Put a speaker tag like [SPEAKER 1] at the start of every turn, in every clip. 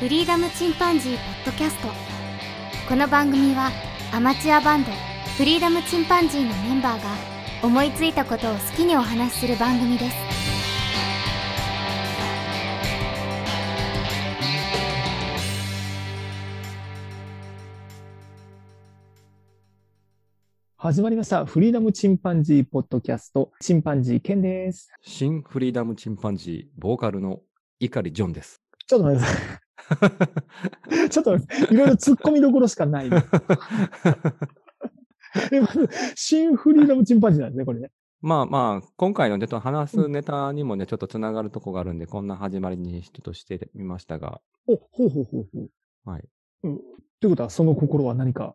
[SPEAKER 1] フリーダムチンパンジーポッドキャストこの番組はアマチュアバンドフリーダムチンパンジーのメンバーが思いついたことを好きにお話しする番組です
[SPEAKER 2] 始まりました。フリーダムチンパンジーポッドキャスト、チンパンジーケンです。
[SPEAKER 3] 新フリーダムチンパンジー、ボーカルの碇ジョンです。
[SPEAKER 2] ちょっと待ってくださ い。ちょっと、いろいろ突っ込みどころしか ない。え、まず、新フリーダムチンパンジーなんですね、これね。
[SPEAKER 3] まあまあ、今回のちょっと話すネタにもね、ちょっとつながるとこがあるんで、こんな始まりにちょっとしてみましたが、
[SPEAKER 2] お、ほうほうほうほう。
[SPEAKER 3] はい。
[SPEAKER 2] うん、ということは、その心は何か。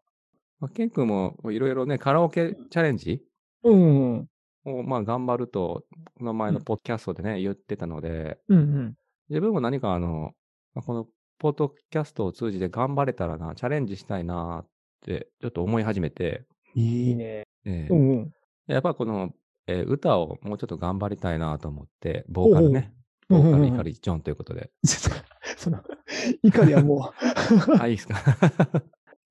[SPEAKER 3] まあ、ケン君もいろいろね、カラオケチャレンジ
[SPEAKER 2] うん、うん、
[SPEAKER 3] をまあ頑張ると、この前のポッドキャストでね、言ってたので、
[SPEAKER 2] うんうん。
[SPEAKER 3] 自分も何かあの、まあこのポッドキャストを通じて頑張れたらな、チャレンジしたいなって、ちょっと思い始めて、
[SPEAKER 2] いいね。
[SPEAKER 3] ええ
[SPEAKER 2] うんうん。
[SPEAKER 3] やっぱこの、えー歌をもうちょっと頑張りたいなと思って、ボーカルね。
[SPEAKER 2] ほ
[SPEAKER 3] ボ
[SPEAKER 2] うほう
[SPEAKER 3] ーカ
[SPEAKER 2] うん
[SPEAKER 3] ル、
[SPEAKER 2] うんうん
[SPEAKER 3] イカリ、ジョンというこ とで。
[SPEAKER 2] ちょっと、その、怒りはも
[SPEAKER 3] あ、いいですか。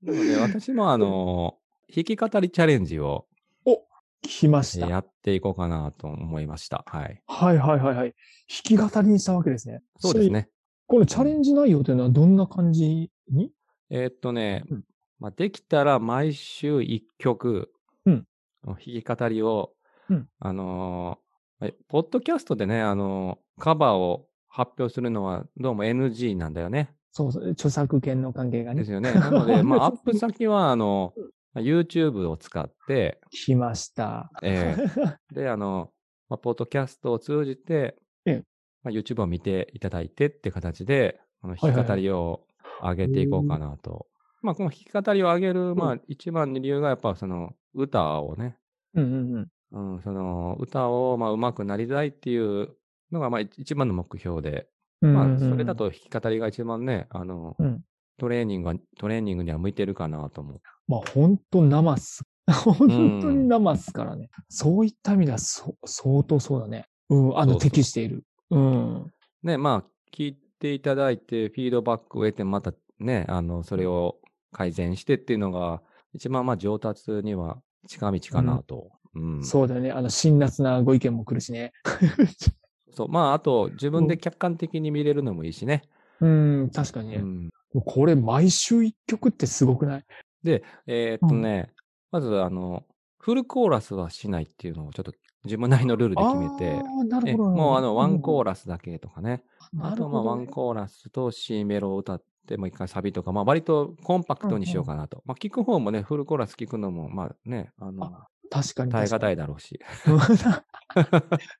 [SPEAKER 3] なので、私もあの弾き語りチャレンジを
[SPEAKER 2] う、来ま
[SPEAKER 3] え
[SPEAKER 2] し
[SPEAKER 3] ー
[SPEAKER 2] た。
[SPEAKER 3] やっていこうかなと思いました。はい。
[SPEAKER 2] はいはいはいはい。弾き語りにしたわけですね。
[SPEAKER 3] そうです
[SPEAKER 2] ちなみに。
[SPEAKER 3] ね。
[SPEAKER 2] このチャレンジ内容というのはどんな感じに
[SPEAKER 3] えーっとね、
[SPEAKER 2] うん
[SPEAKER 3] まあ、できたら毎週1曲、
[SPEAKER 2] うん
[SPEAKER 3] 弾き語りを、
[SPEAKER 2] うん
[SPEAKER 3] あのーえポッドキャストでね、あのーカバーを発表するのはどうも NG なんだよね。
[SPEAKER 2] そうそう、著作権の関係がね
[SPEAKER 3] で。すよね。なので、まあ、アップ先は、あの、YouTube を使って、
[SPEAKER 2] 来ました。
[SPEAKER 3] え ーで、あの、まあ、ポッドキャストを通じて、
[SPEAKER 2] ええ
[SPEAKER 3] まあ、YouTube を見ていただいてって形で、あの
[SPEAKER 2] いはい
[SPEAKER 3] 弾
[SPEAKER 2] はい
[SPEAKER 3] き語りを上げていこうかなと。まあ、この弾き語りを上げる、まあ、一番の理由が、やっぱ、その、歌をね、
[SPEAKER 2] うんうんうん。
[SPEAKER 3] うん、その、歌を、まあ、上手くなりたいっていうのが、まあ、一一番の目標で、まあ、それだと弾き語りが一番ね、あの、
[SPEAKER 2] うん
[SPEAKER 3] トレーニングは、トレーニングには向いてるかなと思って
[SPEAKER 2] まあ、本当生っす。 本当に生っすからね。そういった意味では、そ、相当そうだね。うん、あの、
[SPEAKER 3] そうそう
[SPEAKER 2] 適している。うん。
[SPEAKER 3] ね、まあ、聞いていただいて、フィードバックを得て、またね、あの、それを改善してっていうのが、一番まあ上達には近道かなと。うん。
[SPEAKER 2] そうだよね。あの、辛辣なご意見も来るしね。
[SPEAKER 3] そうまあ、あと、自分で客観的に見れるのもいいしね。
[SPEAKER 2] うん、確かに
[SPEAKER 3] う
[SPEAKER 2] ね。
[SPEAKER 3] ん。
[SPEAKER 2] これ、毎週一曲ってすごくない
[SPEAKER 3] えーっとね、まず、あの、フルコーラスはしないっていうのをちょっと自分なりのルールで決めて、
[SPEAKER 2] ああ、なる
[SPEAKER 3] え
[SPEAKER 2] ほど。
[SPEAKER 3] もうあの、ワンコー
[SPEAKER 2] ラ
[SPEAKER 3] ラスだけとかね。
[SPEAKER 2] ス。な
[SPEAKER 3] あ
[SPEAKER 2] る
[SPEAKER 3] と、
[SPEAKER 2] ほ
[SPEAKER 3] まあ、
[SPEAKER 2] ど
[SPEAKER 3] ワ
[SPEAKER 2] ね
[SPEAKER 3] ン。コーラスと C メロを歌って、もう一回サビとか、まあ、割とコンパクトにしようかなと。まあ、聞く方もね、フルコーラス聞くのも、まあね、あの、
[SPEAKER 2] 確かに。
[SPEAKER 3] 耐え
[SPEAKER 2] 確か
[SPEAKER 3] 難
[SPEAKER 2] に
[SPEAKER 3] いだろうし。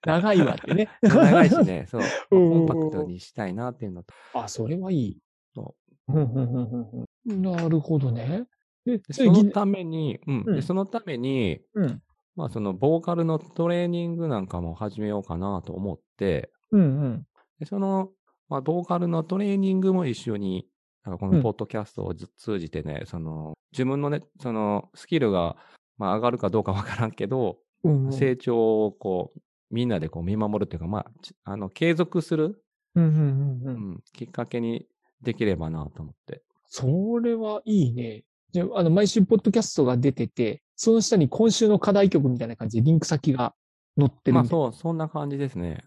[SPEAKER 2] 長いわってね。
[SPEAKER 3] 長いしね、 そう。
[SPEAKER 2] うん
[SPEAKER 3] コ
[SPEAKER 2] うんうん
[SPEAKER 3] ンパクトにしたいなっていうのと。
[SPEAKER 2] あ、それはいい。
[SPEAKER 3] そ
[SPEAKER 2] うんうんうんうんうんなるほどね。で、
[SPEAKER 3] で
[SPEAKER 2] そ
[SPEAKER 3] そ
[SPEAKER 2] れぎ
[SPEAKER 3] のために、うん、
[SPEAKER 2] う
[SPEAKER 3] で
[SPEAKER 2] ん
[SPEAKER 3] そのために、
[SPEAKER 2] うん。
[SPEAKER 3] まあ、その、ボーカルのトレーニングなんかも始めようかなと思って、
[SPEAKER 2] うんうん。
[SPEAKER 3] でその、まあ、ボーカルのトレーニングも一緒に、なんかこ
[SPEAKER 2] うん
[SPEAKER 3] のポッドキャストをず通じてね、その、自分のね、その、スキルが、まあ、上がるかどうかわからんけど、
[SPEAKER 2] うんうん。
[SPEAKER 3] 成長をこう、みんなでこう見守るというか、まあ、ちあの、継続する、
[SPEAKER 2] うんうんうんう。
[SPEAKER 3] うんん、きっかけにできればなと思って。
[SPEAKER 2] それはいいね。じゃあ、あの、毎週ポッドキャストが出てて、その下に今週の課題曲みたいな感じでリンク先が載ってる
[SPEAKER 3] まあ
[SPEAKER 2] みたいな。
[SPEAKER 3] そう、そんな感じですね。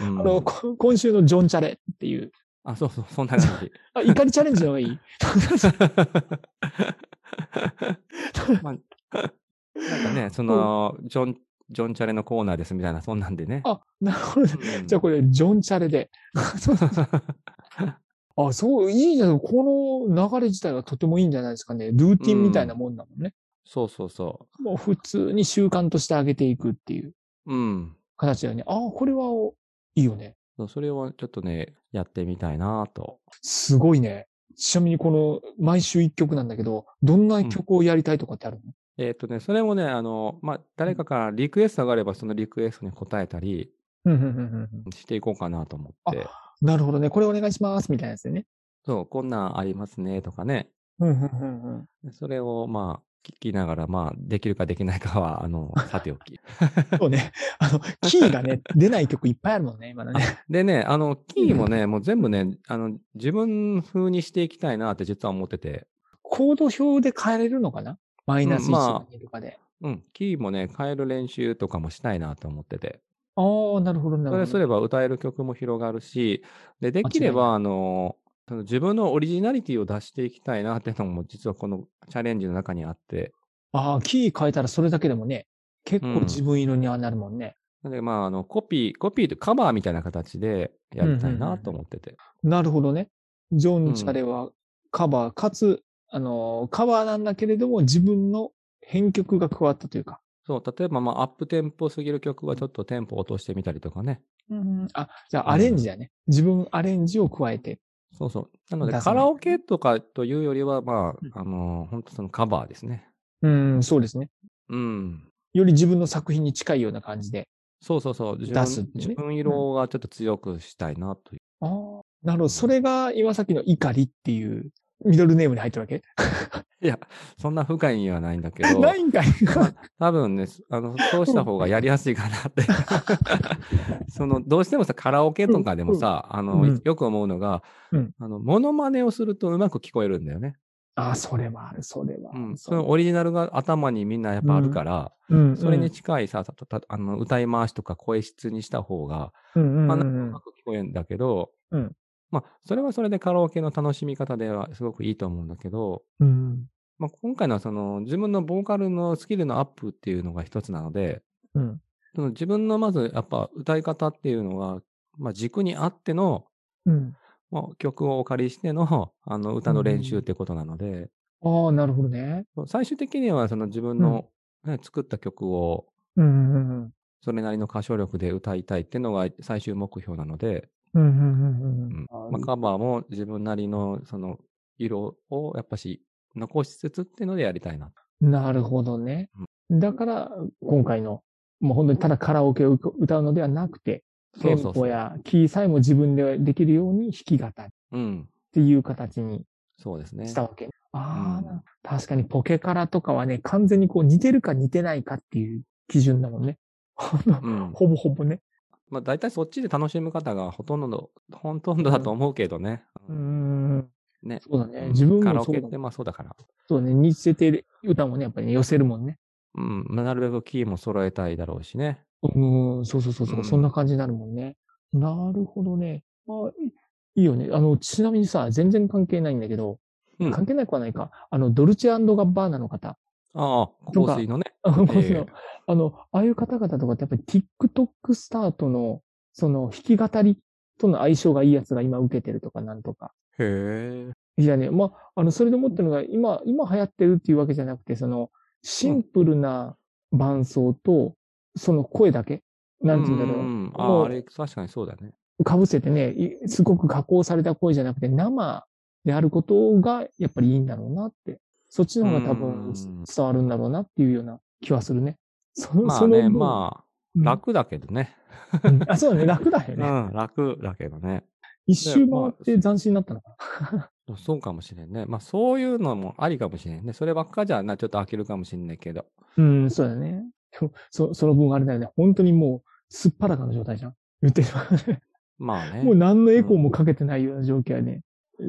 [SPEAKER 3] うん
[SPEAKER 2] あの、こ今週のジョンチャレっていう。
[SPEAKER 3] あ、そうそう、そんな感じ。
[SPEAKER 2] あ、怒りチャレンジの方がいい
[SPEAKER 3] まあ、なんかね、その、ジョン、ジョンチャレのコーナーですみたいな、そんなんでね。
[SPEAKER 2] あ、なるほどね。
[SPEAKER 3] うん
[SPEAKER 2] じゃあこれ、ジョンチャレで。あ、そう、いいじゃん。この流れ自体はとてもいいんじゃないですかね。ルーティンみたいなもんだもんね。
[SPEAKER 3] そうそうそ
[SPEAKER 2] もう普通に習慣として上げていくっていう
[SPEAKER 3] う。うん。
[SPEAKER 2] 形だよね。ああ、これはいいよね。
[SPEAKER 3] そうそれをちょっとね、やってみたいなと。
[SPEAKER 2] すごいね。ちなみにこの毎週一曲なんだけど、どんな曲をやりたいとかってあるの、
[SPEAKER 3] えっ、とね、それもね、あの、まあ、誰かからリクエストがあれば、そのリクエストに答えたり
[SPEAKER 2] うん、うんうんうんうん
[SPEAKER 3] していこうかなと思って。
[SPEAKER 2] なるほどね。これお願いします。みたいなやつでね。
[SPEAKER 3] そう、こんなんありますね、とかね。
[SPEAKER 2] うんうんうんうん
[SPEAKER 3] それを、まあ、きながら、まあ、できるかできないかは、あの、さておき。
[SPEAKER 2] そうね。 あの、キーがね、出ない曲いっぱいあるもんね、今のね。
[SPEAKER 3] でね、あの、キーもね、もう全部ね、あの、自分風にしていきたいなって実は思ってて、
[SPEAKER 2] コード表で変えれるのかなマイナス1
[SPEAKER 3] うんまあ
[SPEAKER 2] とか2とかで。
[SPEAKER 3] うん、キーもね、変える練習とかもしたいなと思ってて、
[SPEAKER 2] ああ、なるほど、な
[SPEAKER 3] そ
[SPEAKER 2] る
[SPEAKER 3] れ
[SPEAKER 2] ほ
[SPEAKER 3] す
[SPEAKER 2] ど。
[SPEAKER 3] れば歌える曲も広がるし、で、できれば、あの、その自分のオリジナリティを出していきたいなっていうのも、実はこのチャレンジの中にあって、
[SPEAKER 2] ああ、キー変えたらそれだけでもね、結構
[SPEAKER 3] うん
[SPEAKER 2] 自分色にはなるもんね。
[SPEAKER 3] なので、まあ、あの、コピー、コピーとカバーみたいな形でやりたいなと思ってて。
[SPEAKER 2] なるほどね。ジョ
[SPEAKER 3] う
[SPEAKER 2] ン・
[SPEAKER 3] ん
[SPEAKER 2] チャレはカバー、かつ、あの、カバーなんだけれども、自分の編曲が加わったというか。
[SPEAKER 3] そう、例えば、まあ、アップテンポすぎる曲はちょっとテンポ落としてみたりとかね。
[SPEAKER 2] あ、じゃあアレンジだね。自分アレンジを加えて。
[SPEAKER 3] そうそう。なので、
[SPEAKER 2] 出さ
[SPEAKER 3] カ
[SPEAKER 2] ない
[SPEAKER 3] ラオケとかというよりは、ま
[SPEAKER 2] うん
[SPEAKER 3] あ、あの、本当そのカバーですね。
[SPEAKER 2] うん、そうですね。
[SPEAKER 3] うん。
[SPEAKER 2] より自分の作品に近いような感じで。
[SPEAKER 3] そうそうそう。自
[SPEAKER 2] 出
[SPEAKER 3] 分
[SPEAKER 2] すっていうね
[SPEAKER 3] 自分色がちょっと強くしたいなという。
[SPEAKER 2] ああ、なるほど。それが今さっきの怒りっていうミドルネームに入ってるわけ
[SPEAKER 3] いや、そんな深い意味はないんだけ ど、
[SPEAKER 2] ないんかい
[SPEAKER 3] 多分ね、あの、そうした方がやりやすいかな って。その、どうしてもさ、カラオケとかでもさ、あの、
[SPEAKER 2] うん
[SPEAKER 3] よく思うのが
[SPEAKER 2] うん、
[SPEAKER 3] あの、モノマネをするとうまく聞こえるんだよね。
[SPEAKER 2] ああ、それはある、それはあ
[SPEAKER 3] う
[SPEAKER 2] る。
[SPEAKER 3] ん。そ
[SPEAKER 2] それは
[SPEAKER 3] のオリジナルが頭にみんなやっぱあるから、
[SPEAKER 2] うん
[SPEAKER 3] それに、近いさ、たたあの歌い回しとか声質にした方が、
[SPEAKER 2] うんうん
[SPEAKER 3] ま
[SPEAKER 2] う
[SPEAKER 3] あ、なんん
[SPEAKER 2] う
[SPEAKER 3] と
[SPEAKER 2] ん
[SPEAKER 3] なく聞こえるんだけど、
[SPEAKER 2] うん
[SPEAKER 3] まあ、それはそれでカラオケの楽しみ方ではすごくいいと思うんだけど、
[SPEAKER 2] うん
[SPEAKER 3] まあ、今回のはその自分のボーカルのスキルのアップっていうのが一つなので、
[SPEAKER 2] うん
[SPEAKER 3] その自分のまずやっぱ歌い方っていうのが、まあ、軸にあっての、
[SPEAKER 2] うん
[SPEAKER 3] まあ、曲をお借りしてのあの歌の練習ってことなので、
[SPEAKER 2] ああ、なるほどね。
[SPEAKER 3] 最終的にはその自分の、ね作った曲を
[SPEAKER 2] うんうんうん
[SPEAKER 3] それなりの歌唱力で歌いたいっていうのが最終目標なので、
[SPEAKER 2] うんうんうん
[SPEAKER 3] うん
[SPEAKER 2] うん
[SPEAKER 3] まあ、カバーも自分なりのその色をやっぱし残しつつっていうのでやりたいな。
[SPEAKER 2] なるほどね。だから、今回の、もう本当にただカラオケを歌うのではなくて、テンポやキーさえも自分でできるように弾き語りっ
[SPEAKER 3] うん。
[SPEAKER 2] ていう形に
[SPEAKER 3] そうですね。
[SPEAKER 2] したわけ。ああ、
[SPEAKER 3] うん
[SPEAKER 2] 確かにポケカラとかはね、完全にこう似てるか似てないかっていう基準だもんね。
[SPEAKER 3] うん。
[SPEAKER 2] ほぼほぼね。
[SPEAKER 3] まあ大体そっちで楽しむ方がほとんど の、ほとんどだと思うけどね。
[SPEAKER 2] うーん。
[SPEAKER 3] ね。
[SPEAKER 2] そうだ
[SPEAKER 3] う
[SPEAKER 2] ね。
[SPEAKER 3] ん
[SPEAKER 2] 自分
[SPEAKER 3] カラ
[SPEAKER 2] も
[SPEAKER 3] オ
[SPEAKER 2] そう
[SPEAKER 3] ケっ
[SPEAKER 2] だ
[SPEAKER 3] て
[SPEAKER 2] ね。
[SPEAKER 3] まあそうだから。
[SPEAKER 2] そうね。似せてる歌もね、やっぱり、ね、寄せるもんね。
[SPEAKER 3] うん。まあなるべくキーも揃えたいだろうしね。
[SPEAKER 2] うーん。そうそうそうそう、
[SPEAKER 3] うん
[SPEAKER 2] そんな感じになるもんね。なるほどね。あいいいよね。あの、ちなみにさ、全然関係ないんだけど、
[SPEAKER 3] うん。あ
[SPEAKER 2] 関係なくはないか。あの、ドルチェガッバーナの方。
[SPEAKER 3] あ、
[SPEAKER 2] と
[SPEAKER 3] 香
[SPEAKER 2] か
[SPEAKER 3] 水のね。
[SPEAKER 2] あの
[SPEAKER 3] ええ
[SPEAKER 2] あの、ああいう方々とかってやっぱり TikTok スタートの、その弾き語りとの相性がいいやつが今受けてるとかなんとか。
[SPEAKER 3] へえ。
[SPEAKER 2] いやね、まあ、あの、それで思ってるのが、今、今流行ってるっていうわけじゃなくて、その、シンプルな伴奏と、その声だけ、なんて言うんだろう。
[SPEAKER 3] んあ
[SPEAKER 2] もう
[SPEAKER 3] あ、あれ、確かにそうだね。
[SPEAKER 2] 被せてね、いすごく加工された声じゃなくて、生であることがやっぱりいいんだろうなって。そっちの方が多
[SPEAKER 3] う
[SPEAKER 2] 分
[SPEAKER 3] ん
[SPEAKER 2] 伝わるんだろうなっていうような気はするね。その、
[SPEAKER 3] まあ
[SPEAKER 2] その
[SPEAKER 3] ね、
[SPEAKER 2] 分
[SPEAKER 3] ま
[SPEAKER 2] う
[SPEAKER 3] あ、
[SPEAKER 2] ん
[SPEAKER 3] 楽だけどね。
[SPEAKER 2] うんあ、そうだね。楽だよ
[SPEAKER 3] う
[SPEAKER 2] ね。
[SPEAKER 3] ん、楽だけどね。
[SPEAKER 2] 一周回って斬新になったのか
[SPEAKER 3] そうかもしれんね。まあそういうのもありかもしれんね。そればっかじゃな、ちょっと飽きるかもしれないけど。
[SPEAKER 2] な。うん、そうだね。でもそその分あれだよね。本当にもう、すっぱらかの状態じゃん。言ってる。
[SPEAKER 3] ま あね。
[SPEAKER 2] もう何のエコーもかけてないような状況やね。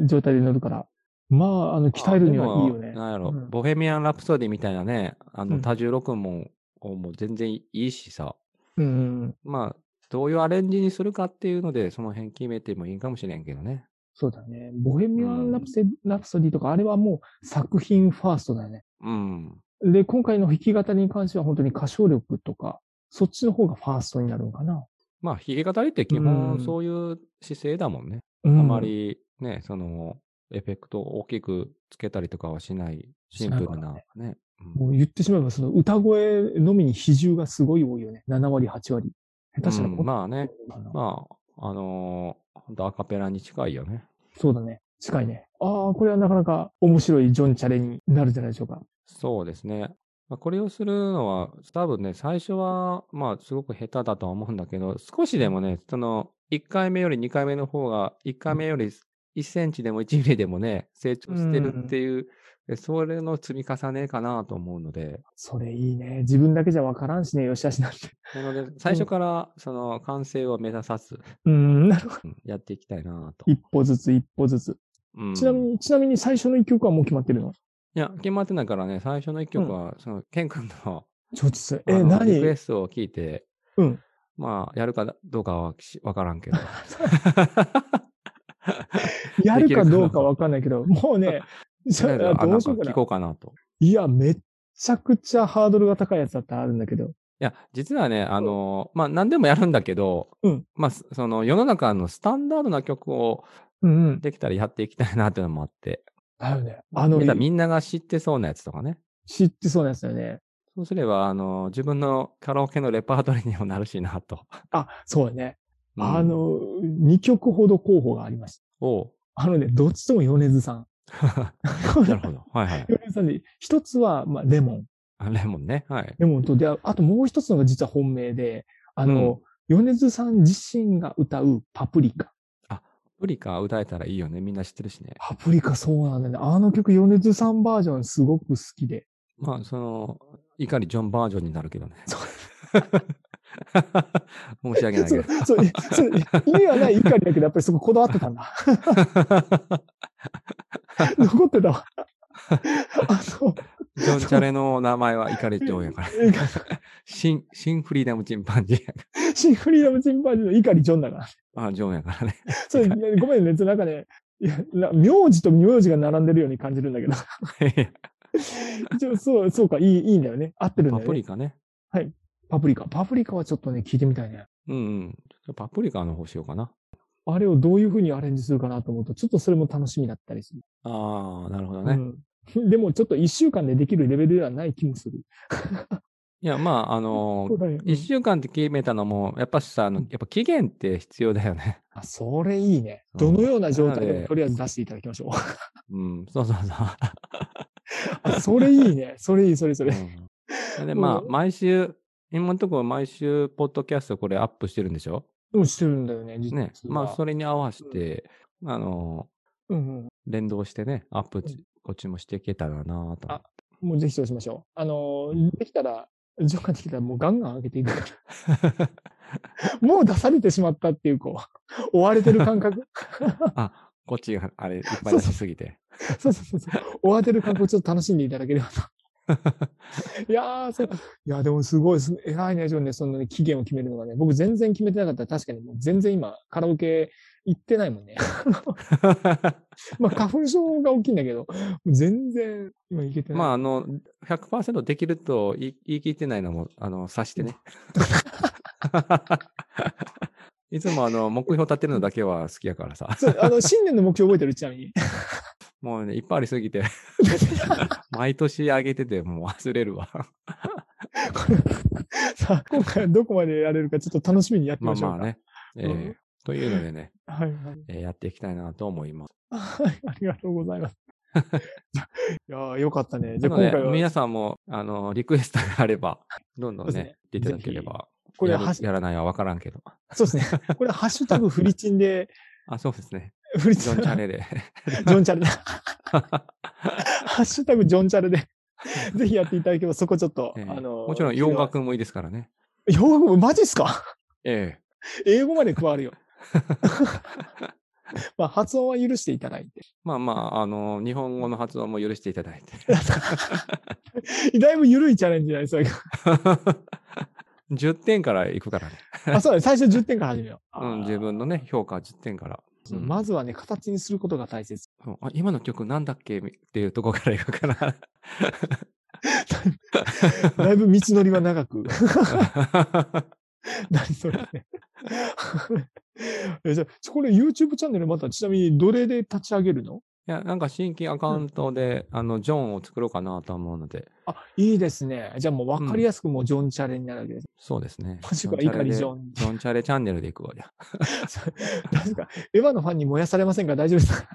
[SPEAKER 2] 状態で乗るから。まあ、あの、鍛えるにはいいよ
[SPEAKER 3] あで
[SPEAKER 2] ね
[SPEAKER 3] も。なんやろ、
[SPEAKER 2] うん
[SPEAKER 3] ボヘミアン・ラプソディみたいなね、あ
[SPEAKER 2] う
[SPEAKER 3] の
[SPEAKER 2] ん
[SPEAKER 3] 多重録音も,、もう全然いいしさ。
[SPEAKER 2] うん、
[SPEAKER 3] まあ、どういうアレンジにするかっていうので、その辺決めてもいいかもしれんけどね。
[SPEAKER 2] そうだね。ボヘミアンラプセ、ラプソディとか、あれはもう作品ファーストだよね。
[SPEAKER 3] うん。
[SPEAKER 2] で、今回の弾き語りに関しては本当に歌唱力とか、そっちの方がファーストになるのかな。
[SPEAKER 3] まあ、弾き語りって基
[SPEAKER 2] うん
[SPEAKER 3] 本そういう姿勢だもんね。
[SPEAKER 2] あ
[SPEAKER 3] あま。りね、その、エフェクトを大きくつけたりとかはしない、シンプルな
[SPEAKER 2] しない
[SPEAKER 3] ね。うん
[SPEAKER 2] もう言ってしまえば、その歌声のみに比重がすごい多いよね。7割、8割。下手したら
[SPEAKER 3] うんまあね、
[SPEAKER 2] あね
[SPEAKER 3] まあ、あのー、ほんとアカペラに近いよね。
[SPEAKER 2] そうだね。近いね。ああ、これはなかなか面白いジョンチャレになるんじゃないでしょうか。
[SPEAKER 3] そうですね。まあ、これをするのは、多分ね、最初は、まあ、すごく下手だとは思うんだけど、少しでもね、その、1回目より2回目の方が、1回目より1センチでも1ミリでもね、成長してるっていう、えそれの積み重ねかなと思うので、
[SPEAKER 2] それいいね。自分だけじゃわからんしね、よしあしなんて。
[SPEAKER 3] なので、最初からその完成を目指さず、
[SPEAKER 2] うん、なるほど。
[SPEAKER 3] うんやっていきたいなと。
[SPEAKER 2] 一歩ずつ一歩ずつ。
[SPEAKER 3] うん
[SPEAKER 2] ちなみ
[SPEAKER 3] い
[SPEAKER 2] に、ちなみに最初の一曲はもう決まってるの
[SPEAKER 3] や、決まってないからね、最初の一曲は、その、ケン君の、
[SPEAKER 2] ちょっとす
[SPEAKER 3] あ
[SPEAKER 2] え、
[SPEAKER 3] のリクエ
[SPEAKER 2] 何
[SPEAKER 3] ストを聞いて、
[SPEAKER 2] うん
[SPEAKER 3] まあ、やるかどうかはしわから んけど。
[SPEAKER 2] やるかどうかわかんないけど、も うね、ち
[SPEAKER 3] とり
[SPEAKER 2] ょ
[SPEAKER 3] あ
[SPEAKER 2] っ
[SPEAKER 3] えずあ
[SPEAKER 2] とど
[SPEAKER 3] なん
[SPEAKER 2] うし
[SPEAKER 3] か
[SPEAKER 2] ようか
[SPEAKER 3] 聞
[SPEAKER 2] な
[SPEAKER 3] こ。うかなと。
[SPEAKER 2] いや、めっちゃくちゃハードルが高いやつだったらあるんだけど。
[SPEAKER 3] いや、実はね、あの、まあ、何でもやるんだけど、
[SPEAKER 2] うん
[SPEAKER 3] まあ、そその、世の中のスタンダードな曲を
[SPEAKER 2] うんうん。
[SPEAKER 3] できたらやっていきたいなっていうのもあって、
[SPEAKER 2] だよね。あの
[SPEAKER 3] だから、みんなが知ってそうなやつとかね。
[SPEAKER 2] 知ってそうなやつだよね。
[SPEAKER 3] そうすれば、あの、自分のカラオケのレパートリーにもなるしなと。
[SPEAKER 2] あ、そうだね。
[SPEAKER 3] うん
[SPEAKER 2] あ、の、2曲ほど候補がありました。
[SPEAKER 3] お う
[SPEAKER 2] あのね、どっちとも米津さん。
[SPEAKER 3] なるほど。はいはい。
[SPEAKER 2] 米津さんで、一つは、まあ、レモン。
[SPEAKER 3] あレモンね。 はい。
[SPEAKER 2] レモンと出会う。あともう一つのが実は本命で、あの、米津さん自身が歌うパプリカ。
[SPEAKER 3] ブリカ歌えたらいいよね。みんな知ってるしね。
[SPEAKER 2] パプリカそうなんだよね。あの曲、米津さんバージョンすごく好きで。
[SPEAKER 3] まあ、その、いかにジョンバージョンになるけどね。
[SPEAKER 2] そう
[SPEAKER 3] 申し訳ないけど。
[SPEAKER 2] そう、そう、そう意味はない怒りだけど、やっぱりそここだわってたんだ。残って たわ。あの、
[SPEAKER 3] ジョンチャレの名前はイカレジョンやから。新、新フリーダムチンパンジーやか
[SPEAKER 2] シンフリーダムチンパンジーの怒りジョンだから。
[SPEAKER 3] ら。あ、ジョンやか らね。
[SPEAKER 2] そう、ねごめんね、なんかね、いや、な名字と名字が並んでるように感じるんだけど。一応、そう、そうか、いい、いいんだよね。合ってるん
[SPEAKER 3] パ
[SPEAKER 2] だよ
[SPEAKER 3] プ
[SPEAKER 2] ね
[SPEAKER 3] リ。カね。
[SPEAKER 2] パプリカ。パプリカはちょっとね、聞いてみたいね。
[SPEAKER 3] うんうん。ちょっとパプリカの方しようかな。
[SPEAKER 2] あれをどういう風にアレンジするかなと思うと、ちょっとそれも楽しみだったりする。
[SPEAKER 3] ああ、なるほどね。
[SPEAKER 2] うん、でも、ちょっと一週間でできるレベルではない気もする。
[SPEAKER 3] いや、まあ、あの
[SPEAKER 2] そうだね
[SPEAKER 3] 一週間って決めたのも、やっぱしさ、あのやっぱ期限って必要だよね。
[SPEAKER 2] あ、それいいね。
[SPEAKER 3] う
[SPEAKER 2] ど
[SPEAKER 3] ん
[SPEAKER 2] のような状態
[SPEAKER 3] なの
[SPEAKER 2] で
[SPEAKER 3] で
[SPEAKER 2] もとりあえず出していただきましょう。
[SPEAKER 3] うん、そうそうそう。
[SPEAKER 2] あ、それいいね。 それいい、それそれ。
[SPEAKER 3] うん、で、まあ、毎週、今のところ毎週、ポッドキャストこれアップしてるんでしょ
[SPEAKER 2] うん、してるんだよね、実は
[SPEAKER 3] ね。まあ、それに合わせて、あの、
[SPEAKER 2] うんうん。
[SPEAKER 3] 連動してね、アップ
[SPEAKER 2] うん、
[SPEAKER 3] こっちもしていけたらなと。
[SPEAKER 2] あもうぜひそうしましょう。あのー、できたら、ジョンができたらもうガンガン上げていくから。 もう出されてしまったっていう、こう、追われてる感覚。
[SPEAKER 3] あ、こっちが、あれ、いっぱい出しすぎて。
[SPEAKER 2] そうそうそうそう。追われてる感覚をちょっと楽しんでいただければ と。いやー、そう。いや、でもすごいす、偉いね、ジョンね、そんなね、期限を決めるのがね。僕全然決めてなかったら確かにもう全然今、カラオケ行ってないもんね。まあ、花粉症が大きいんだけど、全然今行けてない。
[SPEAKER 3] まあ、あの、100%できると言い言い切ってないのも、あの、察してね。 いつも、あの、目標立てるのだけは好きやからさ。
[SPEAKER 2] そう、 あの、新年の目標覚えてるちなみに。
[SPEAKER 3] もうね、いっぱいありす ぎて、毎年上げてて、もう忘れるわ。
[SPEAKER 2] さあ、 今回はどこまでやれるかちょっと楽しみにやってみ
[SPEAKER 3] まあ
[SPEAKER 2] ましょう
[SPEAKER 3] ま
[SPEAKER 2] か。
[SPEAKER 3] あね。え
[SPEAKER 2] う
[SPEAKER 3] ー
[SPEAKER 2] ん
[SPEAKER 3] というのでね、
[SPEAKER 2] はいはい。
[SPEAKER 3] えーやっていきたいなと思います。
[SPEAKER 2] はい、ありがとうござい ます。いやーよかったね。じ
[SPEAKER 3] な
[SPEAKER 2] ゃあ
[SPEAKER 3] の
[SPEAKER 2] 今
[SPEAKER 3] で
[SPEAKER 2] 回、は、
[SPEAKER 3] 皆さんも、あの、リクエストがあれば、 どんど
[SPEAKER 2] そ
[SPEAKER 3] ん
[SPEAKER 2] うです
[SPEAKER 3] ね
[SPEAKER 2] ね、
[SPEAKER 3] 出ていただければ、
[SPEAKER 2] これ
[SPEAKER 3] や
[SPEAKER 2] は
[SPEAKER 3] る
[SPEAKER 2] はし
[SPEAKER 3] やらないは分からんけど。
[SPEAKER 2] そうですね。これハッシュタグフリチン で、
[SPEAKER 3] あ、そうで すね。
[SPEAKER 2] フリ
[SPEAKER 3] ジ
[SPEAKER 2] チ
[SPEAKER 3] ョ
[SPEAKER 2] ン、
[SPEAKER 3] ン
[SPEAKER 2] ジ
[SPEAKER 3] チャレで。
[SPEAKER 2] ョンチャレで。 ハッシュタグジョンチャレで、ぜひやっていただければ、そこちょっと、
[SPEAKER 3] えー
[SPEAKER 2] あのー、
[SPEAKER 3] もちろん洋。楽もいいですからね。
[SPEAKER 2] 洋楽もマジっすか
[SPEAKER 3] ええ
[SPEAKER 2] 英語まで加わるよ。 まあ、発音は許していただいて。
[SPEAKER 3] まあまあ、あの、日本語の発音も許していただ いて。
[SPEAKER 2] だいぶ緩いチャレンジじゃないですか。
[SPEAKER 3] 10点からいくからね。
[SPEAKER 2] あ、そうだね。最初10点から始めよう。
[SPEAKER 3] うん、自分のね、評価10点から。
[SPEAKER 2] そう
[SPEAKER 3] うん
[SPEAKER 2] まずはね、形にすることが大切。
[SPEAKER 3] うんあ今の曲なんだっけっていうとこからい くから。
[SPEAKER 2] だいぶ道のりは長く なりそうですね。 えじゃあ、これ YouTube チャンネルまたちなみにどれで立ち上げるの
[SPEAKER 3] いや、なんか新規アカウントで、あの、ジョンを作ろうかなと思うので、
[SPEAKER 2] あ、いいですね。じゃあもう分かりやすくもうジョンチャレになるわけです。
[SPEAKER 3] そうですね。
[SPEAKER 2] もしくは怒りジョ
[SPEAKER 3] ン
[SPEAKER 2] ン。
[SPEAKER 3] チャレで。ジョンチャレチャンネルでいく わ。じゃあ
[SPEAKER 2] 大丈夫かエヴァのファンに燃やされませんか大丈夫ですか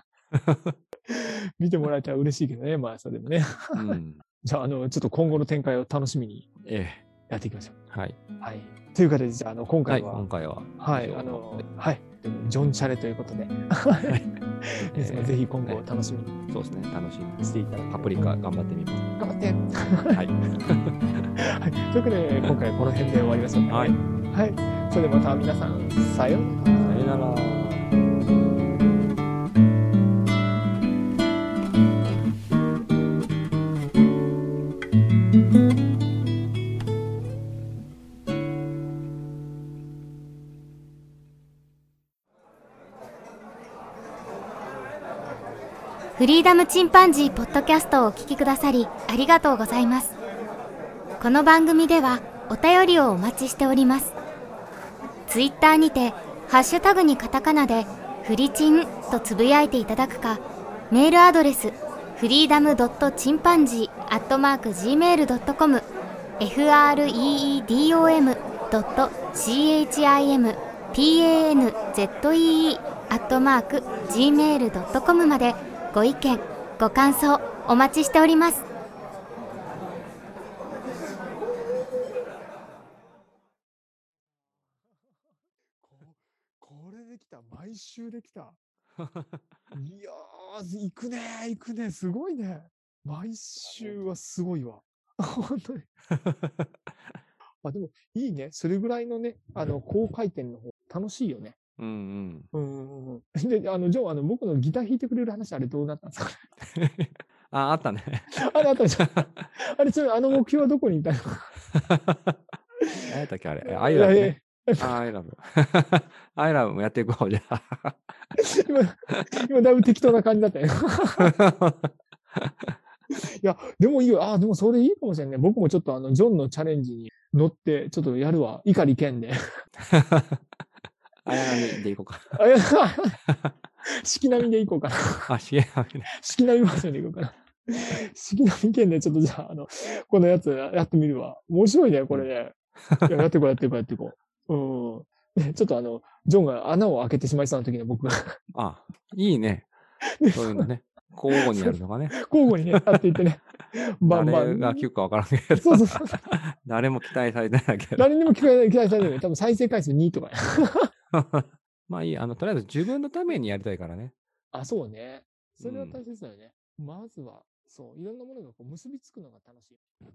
[SPEAKER 2] 見てもらえたら嬉しいけどね、まあそれでもね。
[SPEAKER 3] うん。
[SPEAKER 2] じゃあ、あの、ちょっと今後の展開を楽しみに
[SPEAKER 3] ええ。
[SPEAKER 2] やっていきましょ
[SPEAKER 3] はい。
[SPEAKER 2] う。はい。という形で、じゃあ、あの、今
[SPEAKER 3] は
[SPEAKER 2] 回
[SPEAKER 3] い、
[SPEAKER 2] は、
[SPEAKER 3] 今回は。
[SPEAKER 2] はい、あの、はい、ジョン・チャレということで、はい、 皆様ぜひ今後楽しみに
[SPEAKER 3] そうですね、楽しい。
[SPEAKER 2] していただき
[SPEAKER 3] パプリカ頑張ってみま
[SPEAKER 2] 頑張って、
[SPEAKER 3] す。はい。
[SPEAKER 2] はい、ということで、今回この辺で終わりましょうか、
[SPEAKER 3] はい。
[SPEAKER 2] はい、それではまた皆さん、さようなら。
[SPEAKER 3] さよなら。
[SPEAKER 1] フリーダムチンパンジーポッドキャストをお聞きくださりありがとうございます。この番組ではお便りをお待ちしております。ツイッターにて、ハッシュタグにカタカナで、フリチンとつぶやいていただくか、メールアドレス、フリーダムドットチンパンジーアットマーク Gmail.com、freedom ドット chimpanzee アットマーク Gmail.com までご意見、ご感想お待ちしております。
[SPEAKER 2] これできた。毎週できた。いやー、行くねー、行くねー。すごいね。毎週はすごいわ。 本 当に。あ、でも、いいね。それぐらいのね、あの、高回転の方、楽しいよね。
[SPEAKER 3] うんうん。
[SPEAKER 2] うんうんうん。 で、あの、ジョー、あの、僕のギター弾いてくれる話、あれどうなったんですか
[SPEAKER 3] あ、あったね。
[SPEAKER 2] あれあったじ ゃん。あれ、ちなみにあの目標はどこにい たのか。
[SPEAKER 3] 何やったっけあれ。アイ ラブ、ね。
[SPEAKER 2] え
[SPEAKER 3] あアイラ ブ。アイラブもやっていこう、じゃ あ。
[SPEAKER 2] ー 今、今だいぶ適当な感じだったよ。 いや、でもいいよ。ああ、でもそれいいかもしれない。僕もちょっとあの、ジョンのチャレンジに乗って、ちょっとやるわ。怒り剣で。
[SPEAKER 3] アイラブでいこうか。
[SPEAKER 2] あいや四季並みで行こうかな。
[SPEAKER 3] あ、シゲラブね。
[SPEAKER 2] 四季並みバージョンで行こうかな。四季並み剣でちょっとじゃあ、あの、このやつやってみるわ。面白いね、これね。いややってこう、やってこう、やってこう。うん。ねちょっとあの、ジョンが穴を開けてしまいそうな時に僕が
[SPEAKER 3] あ、いいね。そういうのね。交互にやるのがね。
[SPEAKER 2] 交互にね、やっていってね。バンバ
[SPEAKER 3] 誰
[SPEAKER 2] ン。
[SPEAKER 3] が聞くかわからんけど。
[SPEAKER 2] そうそうそう。
[SPEAKER 3] 誰も期待されてないけど。
[SPEAKER 2] 誰にも聞こえない、期待されないよね。多分再生回数2とかや。
[SPEAKER 3] まあいい。あの、とりあえず自分のためにやりたいからね。
[SPEAKER 2] あ、そうね。それは
[SPEAKER 3] うん
[SPEAKER 2] 大切だよね。まずは、そう、いろんなものがこう結びつくのが楽しい。
[SPEAKER 3] うん